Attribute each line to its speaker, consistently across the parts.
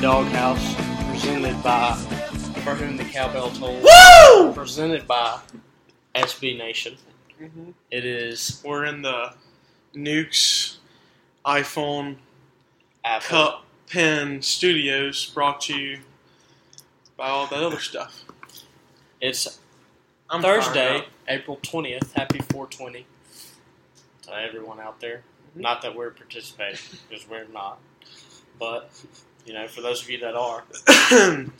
Speaker 1: Doghouse, presented by For Whom the Cowbell Tolls,
Speaker 2: Woo!
Speaker 1: presented by SB Nation.
Speaker 3: Mm-hmm.
Speaker 1: It is
Speaker 3: We're in the Nukes iPhone
Speaker 1: Apple.
Speaker 3: Cup Pen Studios, brought to you by all that other stuff.
Speaker 1: It's
Speaker 3: I'm fired
Speaker 1: Thursday,
Speaker 3: up.
Speaker 1: April 20th. Happy 420 to everyone out there.
Speaker 3: Mm-hmm.
Speaker 2: Mhm.
Speaker 1: Not that we're participating, because we're not. But, you know, for those of you that are,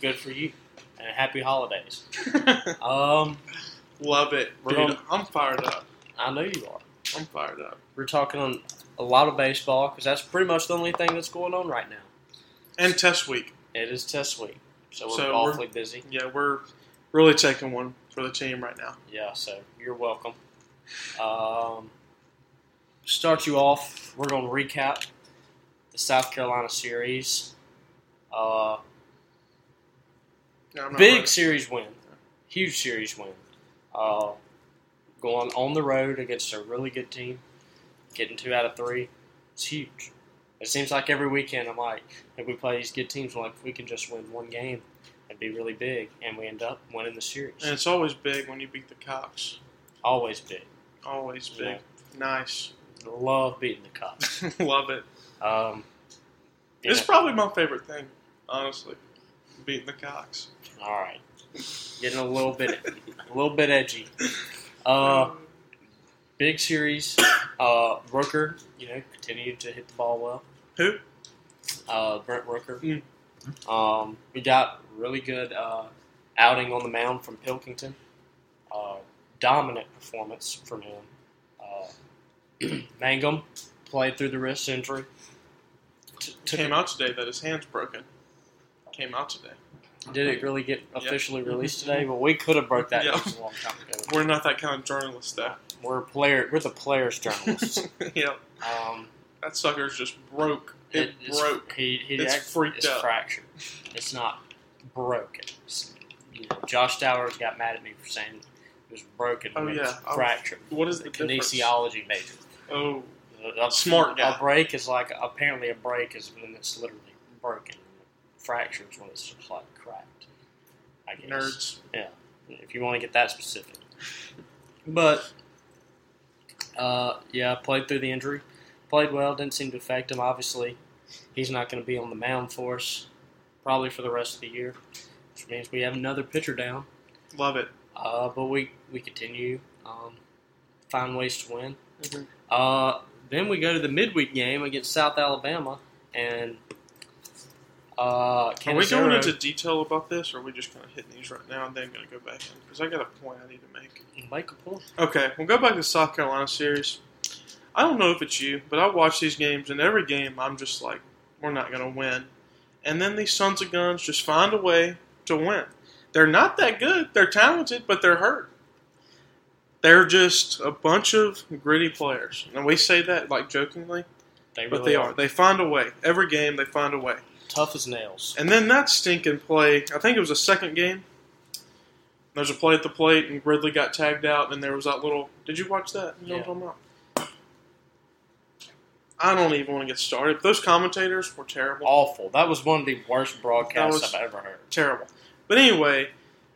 Speaker 1: good for you. And happy holidays. Um,
Speaker 3: Love it,
Speaker 1: We're
Speaker 3: dude.
Speaker 1: gonna-
Speaker 3: I'm fired up.
Speaker 1: I know you are.
Speaker 3: I'm fired up.
Speaker 1: We're talking on a lot of baseball because that's pretty much the only thing that's going on right now.
Speaker 3: And test week.
Speaker 1: It is test week, so we're
Speaker 3: So we're-
Speaker 1: awfully busy.
Speaker 3: Yeah, we're really taking one for the team right now.
Speaker 1: Yeah, so you're welcome. Um, start you off. We're going to recap the South Carolina series. Uh,
Speaker 3: Yeah, I'm not
Speaker 1: big
Speaker 3: worried.
Speaker 1: series win, huge series win. Uh, going on the road against a really good team, getting two out of three, it's huge. It seems like every weekend I'm like, if we play these good teams, we're like if we can just win one game, it'd be really big, and we end up winning the series.
Speaker 3: And it's always big when you beat the Cox.
Speaker 1: Always big.
Speaker 3: Always
Speaker 1: you know.
Speaker 3: big. Nice.
Speaker 1: Love beating the cops.
Speaker 3: Love it.
Speaker 1: Um, you
Speaker 3: It's
Speaker 1: know,
Speaker 3: probably my favorite thing, honestly. Beating the Cox.
Speaker 1: all right. Getting a little bit, a little bit edgy. Uh, big series. Uh, Rooker, you know, continued to hit the ball well.
Speaker 3: Who?
Speaker 1: Uh, Brent Rooker.
Speaker 3: Mm.
Speaker 1: Um, we got really good uh, outing on the mound from Pilkington. Uh, dominant performance from him. Uh, Mangum played through the wrist injury. T- took
Speaker 3: came out today that his hand's broken. Came out today.
Speaker 1: Did it really get
Speaker 3: Yeah. Mm-hmm.
Speaker 1: officially released today? Well, we could have broke that
Speaker 3: Yeah.
Speaker 1: news a long time ago.
Speaker 3: We're not that kind of journalist, though.
Speaker 1: We're player. We're the players' journalists.
Speaker 3: yeah,
Speaker 1: Um,
Speaker 3: that sucker's just broke. It,
Speaker 1: it's-
Speaker 3: broke.
Speaker 1: He, he
Speaker 3: It's
Speaker 1: act-
Speaker 3: freaked
Speaker 1: it's
Speaker 3: up.
Speaker 1: fractured. It's not broken. It's- you know, Josh Towers got mad at me for saying it was broken.
Speaker 3: Oh,
Speaker 1: when it
Speaker 3: yeah.
Speaker 1: was
Speaker 3: I was-
Speaker 1: fractured.
Speaker 3: What is
Speaker 1: The
Speaker 3: the difference?
Speaker 1: kinesiology major.
Speaker 3: Oh,
Speaker 1: A, a-
Speaker 3: Smart guy.
Speaker 1: A break is like apparently a break is when it's literally broken. Fracture is when it's just like cracked. I guess.
Speaker 3: nerds.
Speaker 1: if you want to get that specific. But uh, yeah, played through the injury, played well. Didn't seem to affect him. Obviously, he's not going to be on the mound for us probably for the rest of the year, which means we have another pitcher down.
Speaker 3: Love it.
Speaker 1: Uh, but we we continue um, find ways to win.
Speaker 3: Mhm.
Speaker 1: Uh, then we go to the midweek game against South Alabama and. Uh,
Speaker 3: Are we
Speaker 1: Candace
Speaker 3: going
Speaker 1: Arrow-
Speaker 3: into detail about this, or are we just kind of hitting these right now and then going to go back in? Because I got a point I need to make.
Speaker 1: Make a point.
Speaker 3: Okay, we'll go back to South Carolina series. I don't know if it's you, but I watch these games, and every game I'm just like, we're not going to win. And then these Sons of Guns just find a way to win. They're not that good. They're talented, but they're hurt. They're just a bunch of gritty players. And we say that like jokingly,
Speaker 1: They
Speaker 3: but
Speaker 1: really
Speaker 3: they are. They find a way. Every game, they find a way.
Speaker 1: tough as nails.
Speaker 3: And then that stinking play, I think it was a second game. There's a play at the plate, and Gridley got tagged out, and there was that little. Did you watch that? You know what I'm talking about? I don't even want to get started. Those commentators were terrible.
Speaker 1: awful. That was one of the worst broadcasts
Speaker 3: That was-
Speaker 1: I've ever heard.
Speaker 3: Terrible. But anyway,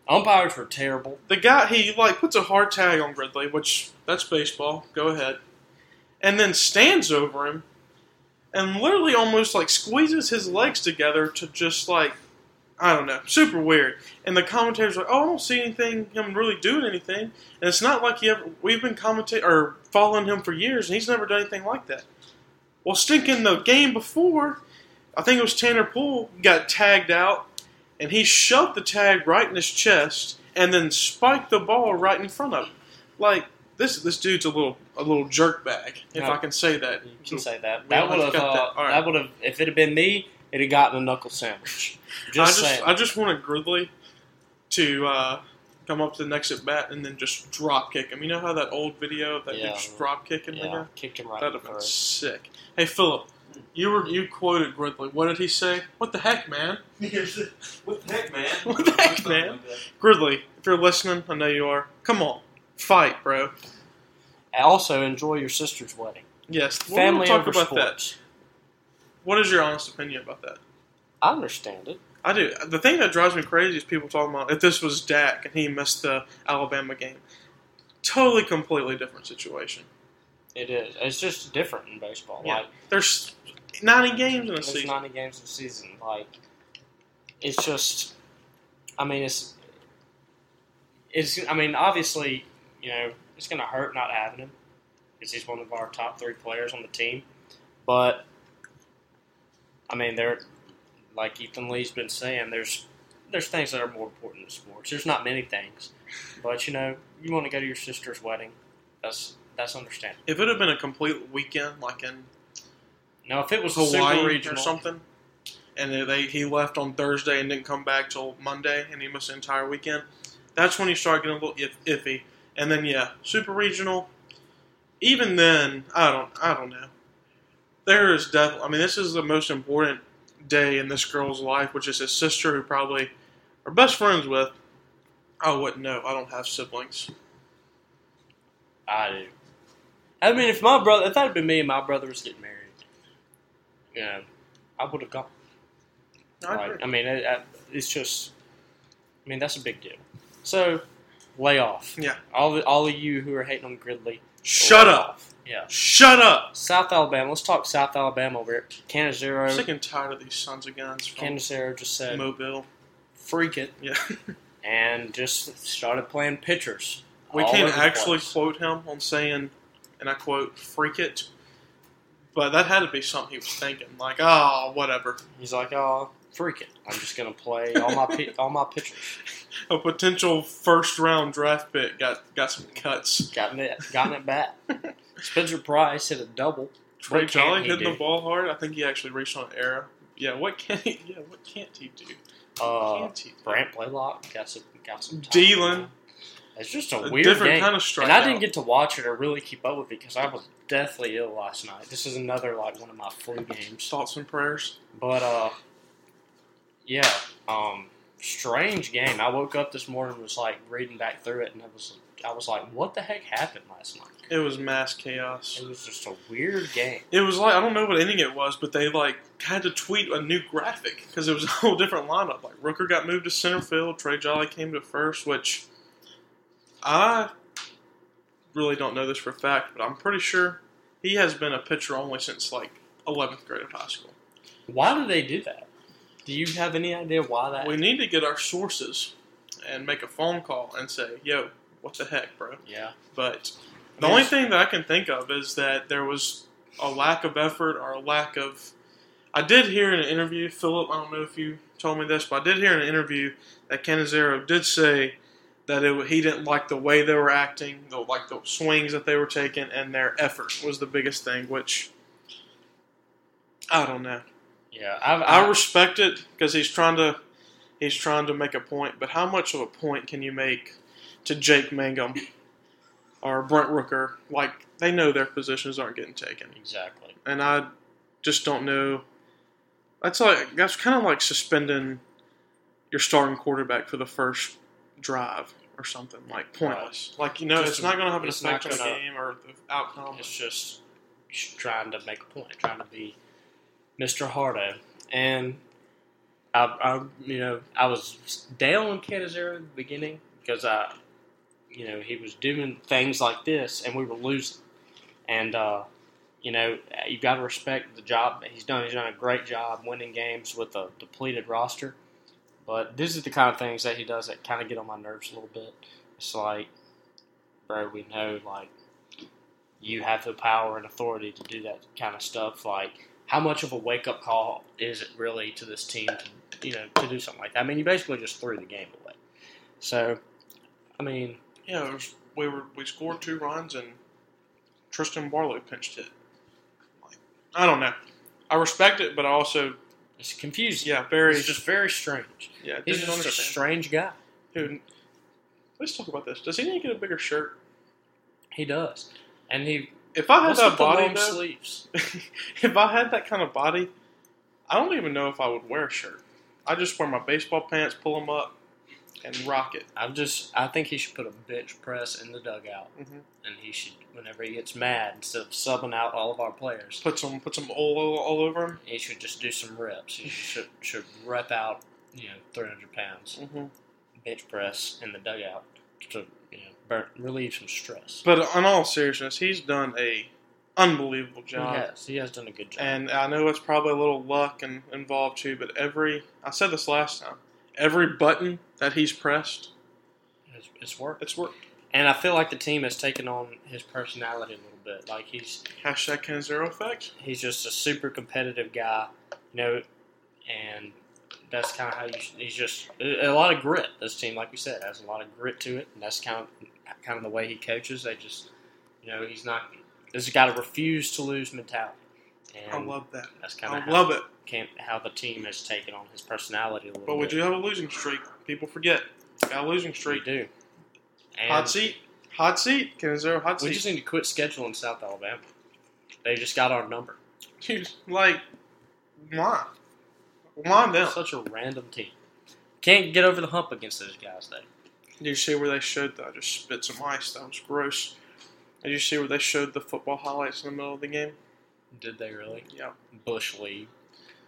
Speaker 1: Umpires were terrible.
Speaker 3: the guy he like puts a hard tag on Gridley, which that's baseball. Go ahead, and then stands over him, and literally almost like squeezes his legs together to just like I don't know, super weird. And the commentators are like, oh, I don't see anything him really doing anything, and it's not like he ever. We've been commentating or following him for years, and he's never done anything like that. Well, stinking the game before, I think it was Tanner Poole got tagged out and he shoved the tag right in his chest and then spiked the ball right in front of him. Like this, this dude's a little a little jerk bag, if
Speaker 1: No.
Speaker 3: I can say that.
Speaker 1: You can say
Speaker 3: We
Speaker 1: that. That would have.
Speaker 3: got that.
Speaker 1: Uh,
Speaker 3: All right.
Speaker 1: That would have. If it had been me, it'd have gotten a knuckle sandwich. Just
Speaker 3: I just
Speaker 1: saying.
Speaker 3: I just wanted Gridley to uh, come up to the next at bat and then just drop kick him. You know how that old video of that
Speaker 1: Yeah.
Speaker 3: dude just drop kicking the
Speaker 1: yeah,
Speaker 3: guy?
Speaker 1: kicked him right. in
Speaker 3: That'd
Speaker 1: the
Speaker 3: have been
Speaker 1: throat.
Speaker 3: sick. Hey Philip, you were you quoted Gridley. What did he say? What the heck, man?
Speaker 4: What the heck, man?
Speaker 3: What the heck, man? Gridley, if you're listening, I know you are. Come on, fight, bro.
Speaker 1: And Also, enjoy your sister's wedding.
Speaker 3: Yes, we'll
Speaker 1: Family
Speaker 3: talk
Speaker 1: over
Speaker 3: about that.
Speaker 1: sports.
Speaker 3: What is your honest opinion about that?
Speaker 1: I understand it.
Speaker 3: I do. The thing that drives me crazy is people talking about if this was Dak and he missed the Alabama game. Totally, completely different situation.
Speaker 1: It is. It's just different in baseball.
Speaker 3: Yeah.
Speaker 1: Like
Speaker 3: There's 90 games in a
Speaker 1: it's
Speaker 3: season.
Speaker 1: ninety games a season. Like it's just. I mean, it's. It's. I mean, obviously, you know, it's going to hurt not having him because he's one of our top three players on the team. But I mean, there, like Ethan Lee's been saying, there's there's things that are more important in sports. There's not many things, but you know, you want to go to your sister's wedding. That's that's understandable.
Speaker 3: if it had been a complete weekend, like in
Speaker 1: Now, if it was
Speaker 3: Hawaii
Speaker 1: Super
Speaker 3: or
Speaker 1: regional,
Speaker 3: something, and they, they he left on Thursday and didn't come back till Monday, and he missed the entire weekend. That's when you start getting a little if, iffy. And then yeah, super regional. Even then, I don't I don't know. There is definitely. I mean, this is the most important day in this girl's life, which is his sister, who probably are best friends with. I wouldn't know. I don't have siblings.
Speaker 1: I do. I mean, if my brother, if that had been me and my brother was getting married, you know, I would have gone.
Speaker 3: I agree.
Speaker 1: Like, I mean, it, I, it's just, I mean, that's a big deal. So, lay off.
Speaker 3: Yeah.
Speaker 1: All the, all of you who are hating on Gridley,
Speaker 3: Shut
Speaker 1: lay
Speaker 3: up!
Speaker 1: off. Yeah.
Speaker 3: Shut up!
Speaker 1: South Alabama. Let's talk South Alabama over here. Canizero.
Speaker 3: I'm sick and tired of these sons of guns from
Speaker 1: Canizero just said,
Speaker 3: Mobile.
Speaker 1: "Freak it,"
Speaker 3: Yeah.
Speaker 1: and just started playing pitchers.
Speaker 3: We
Speaker 1: all
Speaker 3: can
Speaker 1: over the
Speaker 3: actually
Speaker 1: place.
Speaker 3: quote him on saying, and I quote, freak it. But that had to be something he was thinking. Like, ah, whatever.
Speaker 1: He's like, "Oh, freak it! I'm just gonna play all my pi- all my pitchers."
Speaker 3: A potential first round draft pick got, got some cuts.
Speaker 1: gotten it, gotten it back. Spencer Price hit a double.
Speaker 3: Trey
Speaker 1: can't
Speaker 3: Jolly
Speaker 1: he
Speaker 3: hitting
Speaker 1: do?
Speaker 3: the ball hard. I think he actually reached on an error. Yeah, what can he yeah, what can't he do?
Speaker 1: Uh,
Speaker 3: can't he do?
Speaker 1: Brant Blaylock got some got some. time.
Speaker 3: Dylan.
Speaker 1: It's just a,
Speaker 3: A
Speaker 1: weird
Speaker 3: different
Speaker 1: game,
Speaker 3: kind of strikeout.
Speaker 1: and I didn't get to watch it or really keep up with it because I was deathly ill last night. This is another like one of my flu games,
Speaker 3: thoughts and prayers.
Speaker 1: but uh, yeah, um, strange game. I woke up this morning and was like reading back through it, and it was I was like, what the heck happened last night?
Speaker 3: It was mass chaos.
Speaker 1: It was just a weird game.
Speaker 3: It was like I don't know what inning it was, but they like had to tweet a new graphic because it was a whole different lineup. Like Rooker got moved to center field, Trey Jolly came to first, which I really don't know this for a fact, but I'm pretty sure he has been a pitcher only since like 11th grade of high school.
Speaker 1: Why did they do that? Do you have any idea why that?
Speaker 3: We need to get our sources and make a phone call and say, "Yo, what the heck, bro?"
Speaker 1: yeah.
Speaker 3: But
Speaker 1: I
Speaker 3: the
Speaker 1: mean,
Speaker 3: only
Speaker 1: it's-
Speaker 3: thing that I can think of is that there was a lack of effort or a lack of. I did hear in an interview, Philip. I don't know if you told me this, but I did hear in an interview that Canizero did say that it, wa- he didn't like the way they were acting, the, like the swings that they were taking, and their effort was the biggest thing. Which I don't know.
Speaker 1: Yeah, I've,
Speaker 3: I
Speaker 1: I
Speaker 3: respect it because he's trying to he's trying to make a point, but how much of a point can you make to Jake Mangum or Brent Rooker? Like they know their positions aren't getting taken,
Speaker 1: exactly.
Speaker 3: and I just don't know. That's like that's kind of like suspending your starting quarterback for the first drive or something like pointless. Like you know,
Speaker 1: Just
Speaker 3: it's not going to have an
Speaker 1: it's not
Speaker 3: effect on the
Speaker 1: gonna-
Speaker 3: game or the outcome.
Speaker 1: It's just sh- trying to make a point, trying to be Mr. Hardo, and I, I you know, I was down on Canizero at the beginning because I, you know, he was doing things like this, and we were losing, and uh, you know, you've got to respect the job that he's done. He's done a great job winning games with a depleted roster. But this is the kind of things that he does that kind of get on my nerves a little bit. It's like, bro, we know like you have the power and authority to do that kind of stuff. Like, how much of a wake up call is it really to this team to you know to do something like that? I mean, you basically just threw the game away. So, I mean,
Speaker 3: Yeah, it was, we were we scored two runs and Tristan Barlow pinched it. Like, I don't know. I respect it, but I also
Speaker 1: it's confusing.
Speaker 3: yeah very
Speaker 1: It's just very strange.
Speaker 3: yeah.
Speaker 1: He's
Speaker 3: didn't
Speaker 1: just a
Speaker 3: understand.
Speaker 1: strange guy.
Speaker 3: Dude, let's talk about this. Does he need to get a bigger shirt?
Speaker 1: He does, and he
Speaker 3: If I had
Speaker 1: what's
Speaker 3: that
Speaker 1: with the
Speaker 3: body,
Speaker 1: long
Speaker 3: though-
Speaker 1: sleeves.
Speaker 3: if I had that kind of body, I don't even know if I would wear a shirt. I just wear my baseball pants, pull them up, and rock it.
Speaker 1: I'm just. I think he should put a bench press in the dugout,
Speaker 3: Mhm.
Speaker 1: and he should, whenever he gets mad, instead of subbing out all of our players,
Speaker 3: Put some put some oil all over him.
Speaker 1: he should just do some reps. He should should rep out, you know, 300 pounds
Speaker 3: Mm-hmm.
Speaker 1: bench press in the dugout to you know burn, relieve some stress.
Speaker 3: But in all seriousness, he's done a unbelievable job.
Speaker 1: he has. He has done a good job.
Speaker 3: And I know it's probably a little luck and involved too, but every I said this last time, every button that he's pressed,
Speaker 1: it's, it's worked.
Speaker 3: it's worked.
Speaker 1: And I feel like the team has taken on his personality a little bit. Like he's
Speaker 3: Hashtag Ken Zero Effect.
Speaker 1: he's just a super competitive guy, you know, and that's kind of how you, he's just a a lot of grit. This team, like you said, has a lot of grit to it, and that's kind of kind of the way he coaches. They just, you know, he's not. This has got to refuse to lose mentality,
Speaker 3: I
Speaker 1: and
Speaker 3: love that.
Speaker 1: that's kind of
Speaker 3: I
Speaker 1: how,
Speaker 3: love it.
Speaker 1: can how the team has taken on his personality a little
Speaker 3: But we
Speaker 1: bit.
Speaker 3: do have a losing streak. People forget. Got a losing
Speaker 1: We
Speaker 3: streak.
Speaker 1: do. And
Speaker 3: Hot seat. Hot seat. Ken Zero hot
Speaker 1: we
Speaker 3: seat.
Speaker 1: just need to quit scheduling South Alabama. They just got our number.
Speaker 3: Dude, like, why? Why down?
Speaker 1: Such a random team. Can't get over the hump against those guys though.
Speaker 3: Did you see where they showed that? I just spit some ice. That was gross. Did you see where they showed the football highlights in the middle of the game?
Speaker 1: Did they really?
Speaker 3: Yeah.
Speaker 1: Bush League.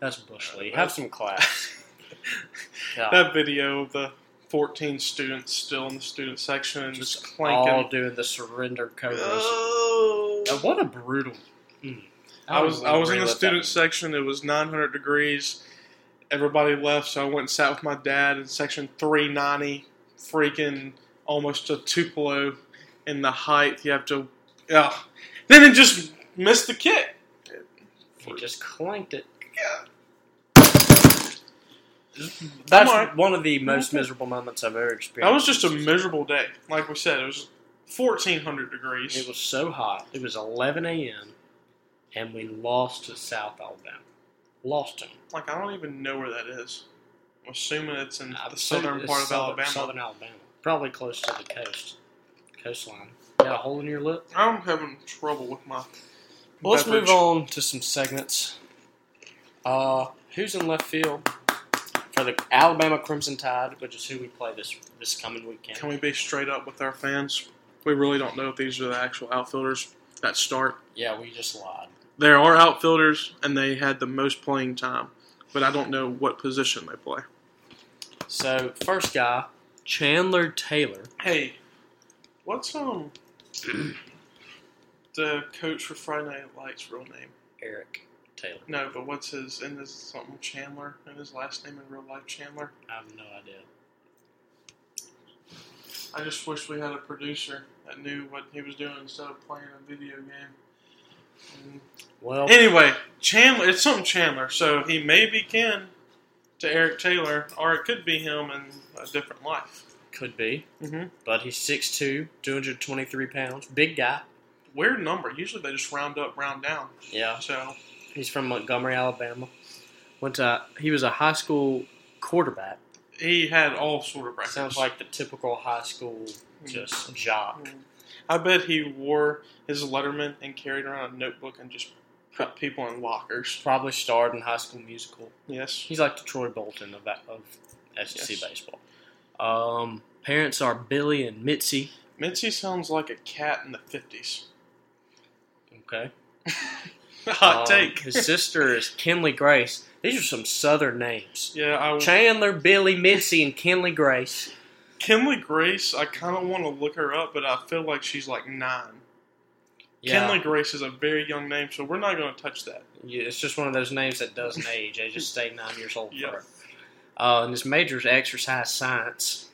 Speaker 1: That's
Speaker 3: Uh,
Speaker 1: Bush League. Have some class. God,
Speaker 3: That video of the 14 students still in the student section and just
Speaker 1: all
Speaker 3: clanking.
Speaker 1: doing the surrender covers.
Speaker 3: Oh.
Speaker 1: And what a brutal. Mm.
Speaker 3: I was I was in the
Speaker 1: Relive that
Speaker 3: student
Speaker 1: one.
Speaker 3: section. It was 900 degrees. Everybody left, so I went and sat with my dad in section 390, freaking almost a Tupelo in the height. You have to, yeah. Then it just missed the kick.
Speaker 1: He just clanked it.
Speaker 3: Yeah.
Speaker 1: That's
Speaker 3: Come on.
Speaker 1: one of the most miserable moments I've ever experienced.
Speaker 3: That was just a miserable day. Like we said, it was 1400
Speaker 1: It
Speaker 3: degrees.
Speaker 1: was so hot. It was 11 a.m. and we lost to South Alabama. Lost to 'em.
Speaker 3: Like I don't even know where that is. I'm assuming it's in
Speaker 1: I'm
Speaker 3: the
Speaker 1: assuming
Speaker 3: southern
Speaker 1: Uh, it's
Speaker 3: part of
Speaker 1: southern-
Speaker 3: Alabama.
Speaker 1: Southern Alabama, probably close to the coast, coastline. Got a hole in your lip.
Speaker 3: I'm having trouble with my.
Speaker 1: Well, let's
Speaker 3: beverage.
Speaker 1: move on to some segments. Uh, who's in left field for the Alabama Crimson Tide, which is who we play this this coming weekend?
Speaker 3: Can we be straight up with our fans? We really don't know if these are the actual outfielders that start.
Speaker 1: yeah, we just lied.
Speaker 3: There are outfielders, and they had the most playing time, but I don't know what position they play.
Speaker 1: So first guy, Chandler Taylor.
Speaker 3: Hey, what's um the coach for Friday Night Lights' real name?
Speaker 1: Eric Taylor.
Speaker 3: No, but what's his and his something Chandler and his last name in real life Chandler?
Speaker 1: I have no idea.
Speaker 3: I just wish we had a producer that knew what he was doing instead of playing a video game. And
Speaker 1: Well,
Speaker 3: Anyway, Chandler, it's something Chandler, so he may be kin to Eric Taylor, or it could be him in a different life.
Speaker 1: could be,
Speaker 3: Mhm.
Speaker 1: but he's 6'2", 223 pounds, big guy.
Speaker 3: Weird number. Usually they just round up, round down.
Speaker 1: Yeah,
Speaker 3: So
Speaker 1: He's from Montgomery, Alabama. Went to he was a high school quarterback.
Speaker 3: he had all sort of records.
Speaker 1: Sounds like the typical high school
Speaker 3: Mm.
Speaker 1: just jock.
Speaker 3: I bet he wore his Letterman and carried around a notebook and just put people in lockers.
Speaker 1: Probably starred in High School Musical.
Speaker 3: Yes.
Speaker 1: He's like the Troy Bolton of of SEC
Speaker 3: Yes.
Speaker 1: baseball. Um, parents are Billy and Mitzi.
Speaker 3: Mitzi sounds like a cat in the 50s.
Speaker 1: Okay,
Speaker 3: Hot
Speaker 1: Um,
Speaker 3: take.
Speaker 1: his sister is Kinley Grace. These are some Southern names.
Speaker 3: yeah, I was.
Speaker 1: Chandler, Billy, Mitzi, and Kinley Grace.
Speaker 3: Kinley Grace, I kind of want to look her up, but I feel like she's like nine.
Speaker 1: Yeah,
Speaker 3: Kenley Grace is a very young name, so we're not going to touch that.
Speaker 1: Yeah, it's just one of those names that doesn't age. They just stay nine years old
Speaker 3: Yeah.
Speaker 1: forever. Uh, and his major is exercise science.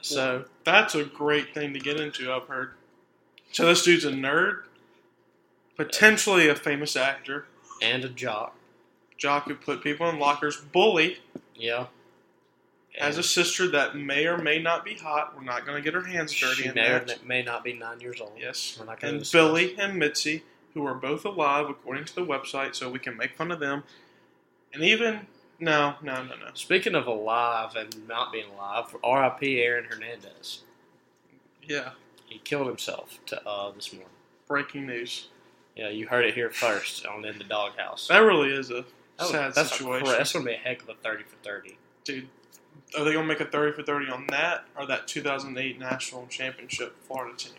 Speaker 1: So
Speaker 3: That's a great thing to get into, I've heard. So this dude's a nerd, potentially a famous actor,
Speaker 1: and a jock.
Speaker 3: jock who put people in lockers, bully,
Speaker 1: Yeah.
Speaker 3: has a sister that may or may not be hot. We're not going to get her hands dirty
Speaker 1: she
Speaker 3: in
Speaker 1: may, or
Speaker 3: that.
Speaker 1: may not be nine years old.
Speaker 3: Yes.
Speaker 1: We're not gonna
Speaker 3: And
Speaker 1: discuss.
Speaker 3: Billy and Mitzi, who are both alive according to the website, so we can make fun of them. And even no, no, no, no.
Speaker 1: Speaking of alive and not being alive, R.I.P. Aaron Hernandez.
Speaker 3: Yeah,
Speaker 1: He killed himself to, uh, this morning.
Speaker 3: breaking news.
Speaker 1: Yeah, you heard it here first on In the Doghouse.
Speaker 3: That really is a
Speaker 1: That was-
Speaker 3: sad
Speaker 1: Oh, that's a
Speaker 3: situation.
Speaker 1: cra- that's going to be a heck of a 30 for 30.
Speaker 3: dude, Are they gonna make a thirty for thirty on that or that two thousand eight national championship Florida team?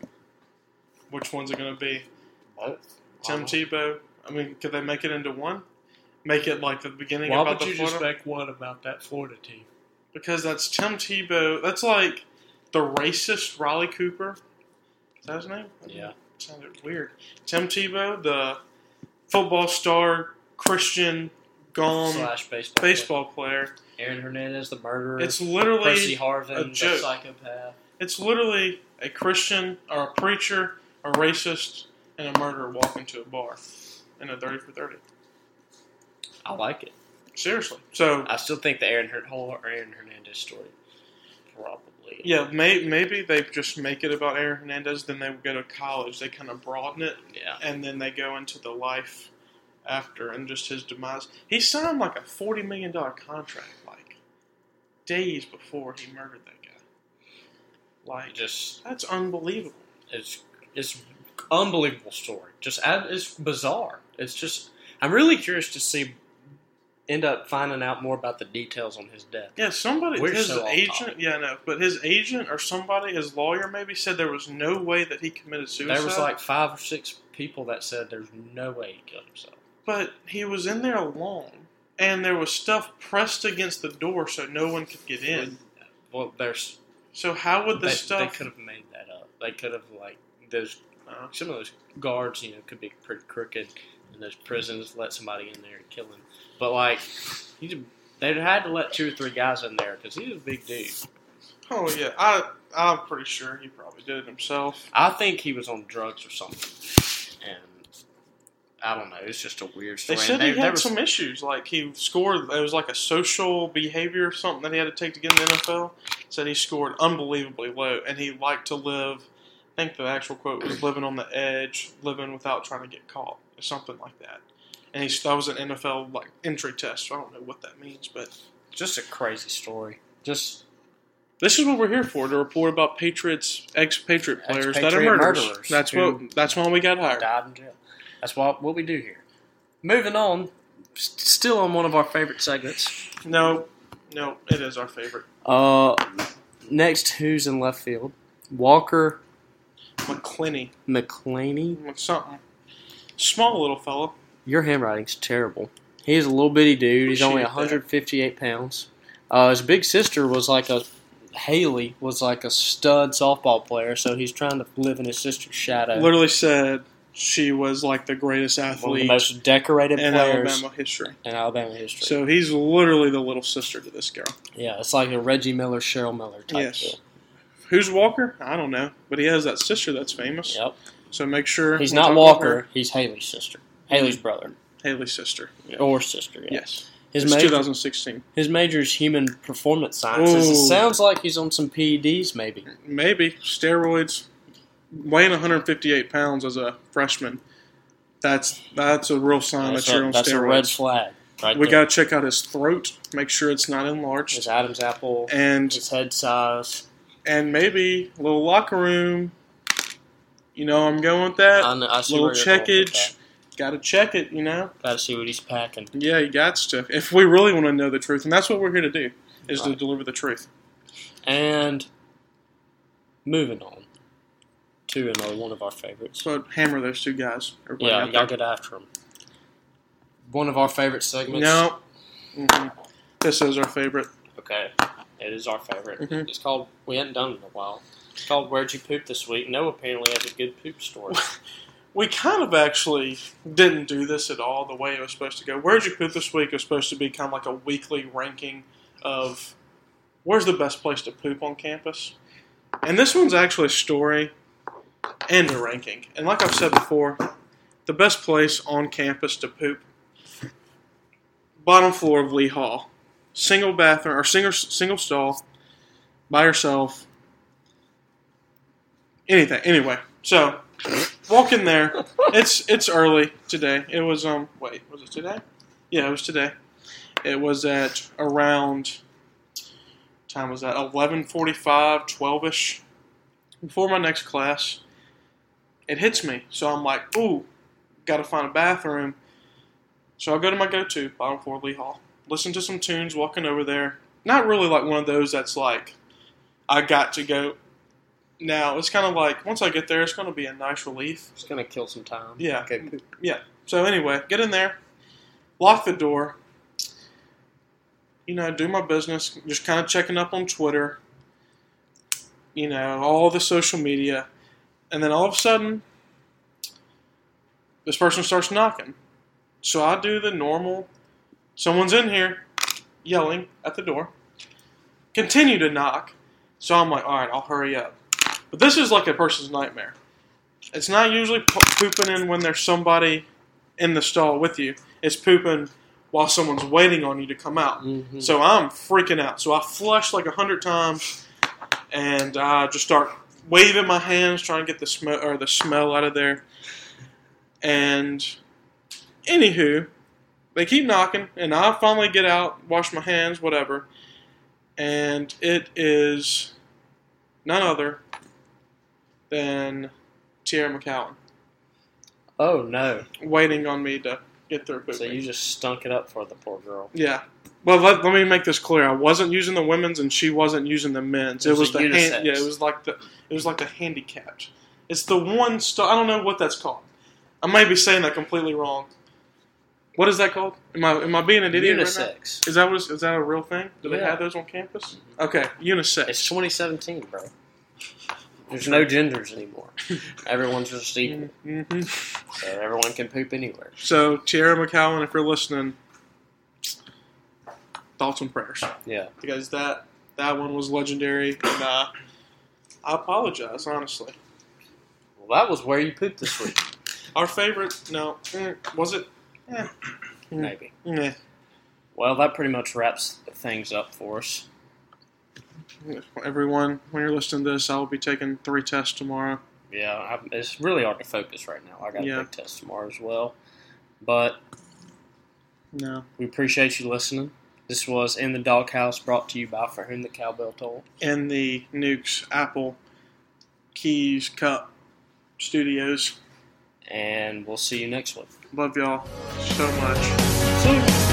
Speaker 3: Which one's it gonna be?
Speaker 1: Both.
Speaker 3: Tim Tebow. I mean, could they make it into one? Make it like the beginning
Speaker 2: Why would
Speaker 3: about the
Speaker 2: you
Speaker 3: Florida?
Speaker 2: just make one about that Florida team?
Speaker 3: because that's Tim Tebow. That's like the racist Riley Cooper. Is that his name?
Speaker 1: Yeah.
Speaker 3: sounded weird. Tim Tebow, the football star, Christian, gone
Speaker 1: Slash baseball.
Speaker 3: Um, baseball player.
Speaker 1: Aaron Hernandez, the murderer.
Speaker 3: It's literally
Speaker 1: Percy Harvin,
Speaker 3: a
Speaker 1: the
Speaker 3: joke.
Speaker 1: psychopath.
Speaker 3: It's literally a Christian or a preacher, a racist, and a murderer walk into a bar in a 30 for 30.
Speaker 1: I like it.
Speaker 3: Seriously. So,
Speaker 1: I still think the Aaron Her- whole Aaron Hernandez story probably.
Speaker 3: yeah, may, maybe they just make it about Aaron Hernandez, then they go to college. They kind of broaden it,
Speaker 1: Yeah.
Speaker 3: and then they go into the life after and just his demise. He signed like a $40 million contract, like days before he murdered that guy.
Speaker 1: It
Speaker 3: Like,
Speaker 1: just
Speaker 3: that's unbelievable.
Speaker 1: it's it's unbelievable story. Just ab- it's bizarre. It's just I'm really curious to see end up finding out more about the details on his death.
Speaker 3: Yeah, somebody,
Speaker 1: We're
Speaker 3: his
Speaker 1: so off
Speaker 3: agent,
Speaker 1: topic.
Speaker 3: yeah, no, but his agent or somebody, his lawyer maybe said there was no way that he committed suicide.
Speaker 1: There was like five or six people that said there's no way he killed himself.
Speaker 3: but he was in there alone, and there was stuff pressed against the door so no one could get in.
Speaker 1: Well, there's
Speaker 3: So how would
Speaker 1: they,
Speaker 3: the
Speaker 1: they
Speaker 3: stuff?
Speaker 1: could have made that up. They could have like those
Speaker 3: Uh,
Speaker 1: some of those guards, you know, could be pretty crooked, and those prisons let somebody in there and kill him. But like, he they had to let two or three guys in there because he's a big dude.
Speaker 3: oh yeah, I I'm pretty sure he probably did it himself.
Speaker 1: I think he was on drugs or something, and I don't know. It's just a weird
Speaker 3: They
Speaker 1: story.
Speaker 3: said
Speaker 1: And
Speaker 3: he had
Speaker 1: were-
Speaker 3: some issues, like he scored. It was like a social behavior or something that he had to take to get in the NFL. Said he scored unbelievably low, and he liked to live. I think the actual quote was "living on the edge, living without trying to get caught," or something like that. And he that was an NFL like entry test. So I don't know what that means, but
Speaker 1: just a crazy story. Just
Speaker 3: this is what we're here for—to report about Patriots ex-Patriot players that are
Speaker 1: Ex-Patriot
Speaker 3: murderers.
Speaker 1: murderers
Speaker 3: That's
Speaker 1: who-
Speaker 3: what. That's why we got hired.
Speaker 1: died in jail. That's what what we do here. Moving on, s- still on one of our favorite segments.
Speaker 3: No, no, it is our favorite.
Speaker 1: Uh, next, who's in left field? Walker
Speaker 3: McClenny,
Speaker 1: McClaney.
Speaker 3: something. Small little fella.
Speaker 1: Your handwriting's terrible. He is a little bitty dude. He's only
Speaker 3: Appreciate that.
Speaker 1: 158 pounds. Uh, his big sister was like a Haley was like a stud softball player, so he's trying to live in his sister's shadow.
Speaker 3: literally said she was like the greatest
Speaker 1: One of the
Speaker 3: athlete
Speaker 1: most decorated
Speaker 3: in
Speaker 1: players
Speaker 3: Alabama history.
Speaker 1: in Alabama history.
Speaker 3: So he's literally the little sister to this girl.
Speaker 1: yeah, it's like a Reggie Miller, Cheryl Miller type
Speaker 3: Yes. Who's Walker? I don't know, but he has that sister that's famous.
Speaker 1: deal.
Speaker 3: So make sure
Speaker 1: Yep. He's
Speaker 3: we
Speaker 1: not
Speaker 3: talk
Speaker 1: Walker.
Speaker 3: about her. Mm-hmm.
Speaker 1: He's Haley's sister. Haley's brother
Speaker 3: Haley's sister.
Speaker 1: or sister. Yeah.
Speaker 3: Yes,
Speaker 1: His
Speaker 3: it's
Speaker 1: major
Speaker 3: 2016.
Speaker 1: his major is human performance sciences. It
Speaker 3: Ooh.
Speaker 1: sounds like he's on some PEDs maybe.
Speaker 3: Maybe steroids. Weighing 158 pounds as a freshman. That's Uh, that's a real sign
Speaker 1: That's,
Speaker 3: that you're
Speaker 1: a,
Speaker 3: on
Speaker 1: that's a red
Speaker 3: steroids.
Speaker 1: flag. Right
Speaker 3: we
Speaker 1: there.
Speaker 3: gotta check out his throat, make sure it's not
Speaker 1: his
Speaker 3: enlarged,
Speaker 1: Adam's apple,
Speaker 3: and
Speaker 1: his head size.
Speaker 3: and maybe a little locker room. You know, I'm going with that.
Speaker 1: I, kn- I see
Speaker 3: little
Speaker 1: where you're going with
Speaker 3: checkage. Got to check it, you know.
Speaker 1: that. Gotta see what he's packing.
Speaker 3: Yeah, you got to. If we really want to know the truth, and that's what we're here to do, is to
Speaker 1: Right.
Speaker 3: deliver the truth.
Speaker 1: And moving on to another one of our favorites.
Speaker 3: So hammer those two guys. Everybody
Speaker 1: Yeah,
Speaker 3: out
Speaker 1: y'all get after him. One of our favorite
Speaker 3: there.
Speaker 1: segments.
Speaker 3: No. hmm This is our favorite.
Speaker 1: Okay, it is our favorite.
Speaker 3: Mhm.
Speaker 1: It's called. We hadn't done it in a while. It's called "Where'd You Poop This Week." No, apparently has a good poop story.
Speaker 3: We kind of actually didn't do this at all the way it was supposed to go. Where'd you poop this week was supposed to be kind of like a weekly ranking of where's the best place to poop on campus. And this one's actually a story and a ranking. And like I've said before, the best place on campus to poop, bottom floor of Lee Hall, single bathroom or single single stall, by yourself. Anything, anyway. So walk in there. It's it's early today. It was um wait was it today? Yeah, it was today. It was at around time was that 11:45, 12ish before my next class. It hits me, so I'm like, ooh, got to find a bathroom. So I go to my go-to bottom floor Lee Hall. Listen to some tunes walking over there. not really like one of those that's like, I got to go. Now it's kind of like once I get there, it's going to be a nice relief.
Speaker 1: It's gonna kill some time.
Speaker 3: Yeah.
Speaker 1: Okay. cool.
Speaker 3: So anyway, get in there, lock the door. You know, do my business. Just kind of checking up on Twitter. You know, all the social media, and then all of a sudden, this person starts knocking. So I do the normal. Someone's in here, yelling at the door. Continue to knock. So I'm like, all right, I'll hurry up. But this is like a person's nightmare. It's not usually po- pooping in when there's somebody in the stall with you. It's pooping while someone's waiting on you to come out.
Speaker 1: Mhm.
Speaker 3: So I'm freaking out. So I flush like a hundred times, and I just start waving my hands, trying to get the smell or the smell out of there. And anywho, they keep knocking, and I finally get out, wash my hands, whatever. And it is none other than Tierra McCowan
Speaker 1: Oh no!
Speaker 3: waiting on me to get through pooping.
Speaker 1: So you just stunk it up for the poor girl.
Speaker 3: Yeah. Well, let, let me make this clear. I wasn't using the women's, and she wasn't using the men's. It
Speaker 1: It was
Speaker 3: was,
Speaker 1: a
Speaker 3: the
Speaker 1: unisex.
Speaker 3: hand, yeah. It was like the it was like the handicapped. It's the one star. I don't know what that's called. I may be saying that completely wrong. What is that called? Am I am I being an idiot? Right now?
Speaker 1: Unisex.
Speaker 3: Is that what is, is that a real thing? Do they
Speaker 1: Yeah.
Speaker 3: have those on campus? Okay, unisex.
Speaker 1: It's 2017, bro. There's no genders anymore. Everyone's just equal,
Speaker 3: hmm
Speaker 1: so everyone can poop anywhere.
Speaker 3: So Tierra McCowan, if you're listening, thoughts and prayers.
Speaker 1: Yeah.
Speaker 3: because that that one was legendary, and uh, I apologize honestly.
Speaker 1: Well, that was where you pooped this week,
Speaker 3: Our favorite, no, mm, was it?
Speaker 1: maybe.
Speaker 3: Meh.
Speaker 1: Well, that pretty much wraps things up for us.
Speaker 3: Everyone, when you're listening to this, I will be taking three tests tomorrow.
Speaker 1: Yeah, i it's really hard to focus right now. I got
Speaker 3: Yeah.
Speaker 1: a big test tomorrow as well. But
Speaker 3: No,
Speaker 1: we appreciate you listening. This was In the Doghouse brought to you by For Whom the Cowbell Toll.
Speaker 3: and the Nukes Apple Keys Cup Studios.
Speaker 1: And we'll see you next week.
Speaker 3: Love y'all so much.
Speaker 1: See you.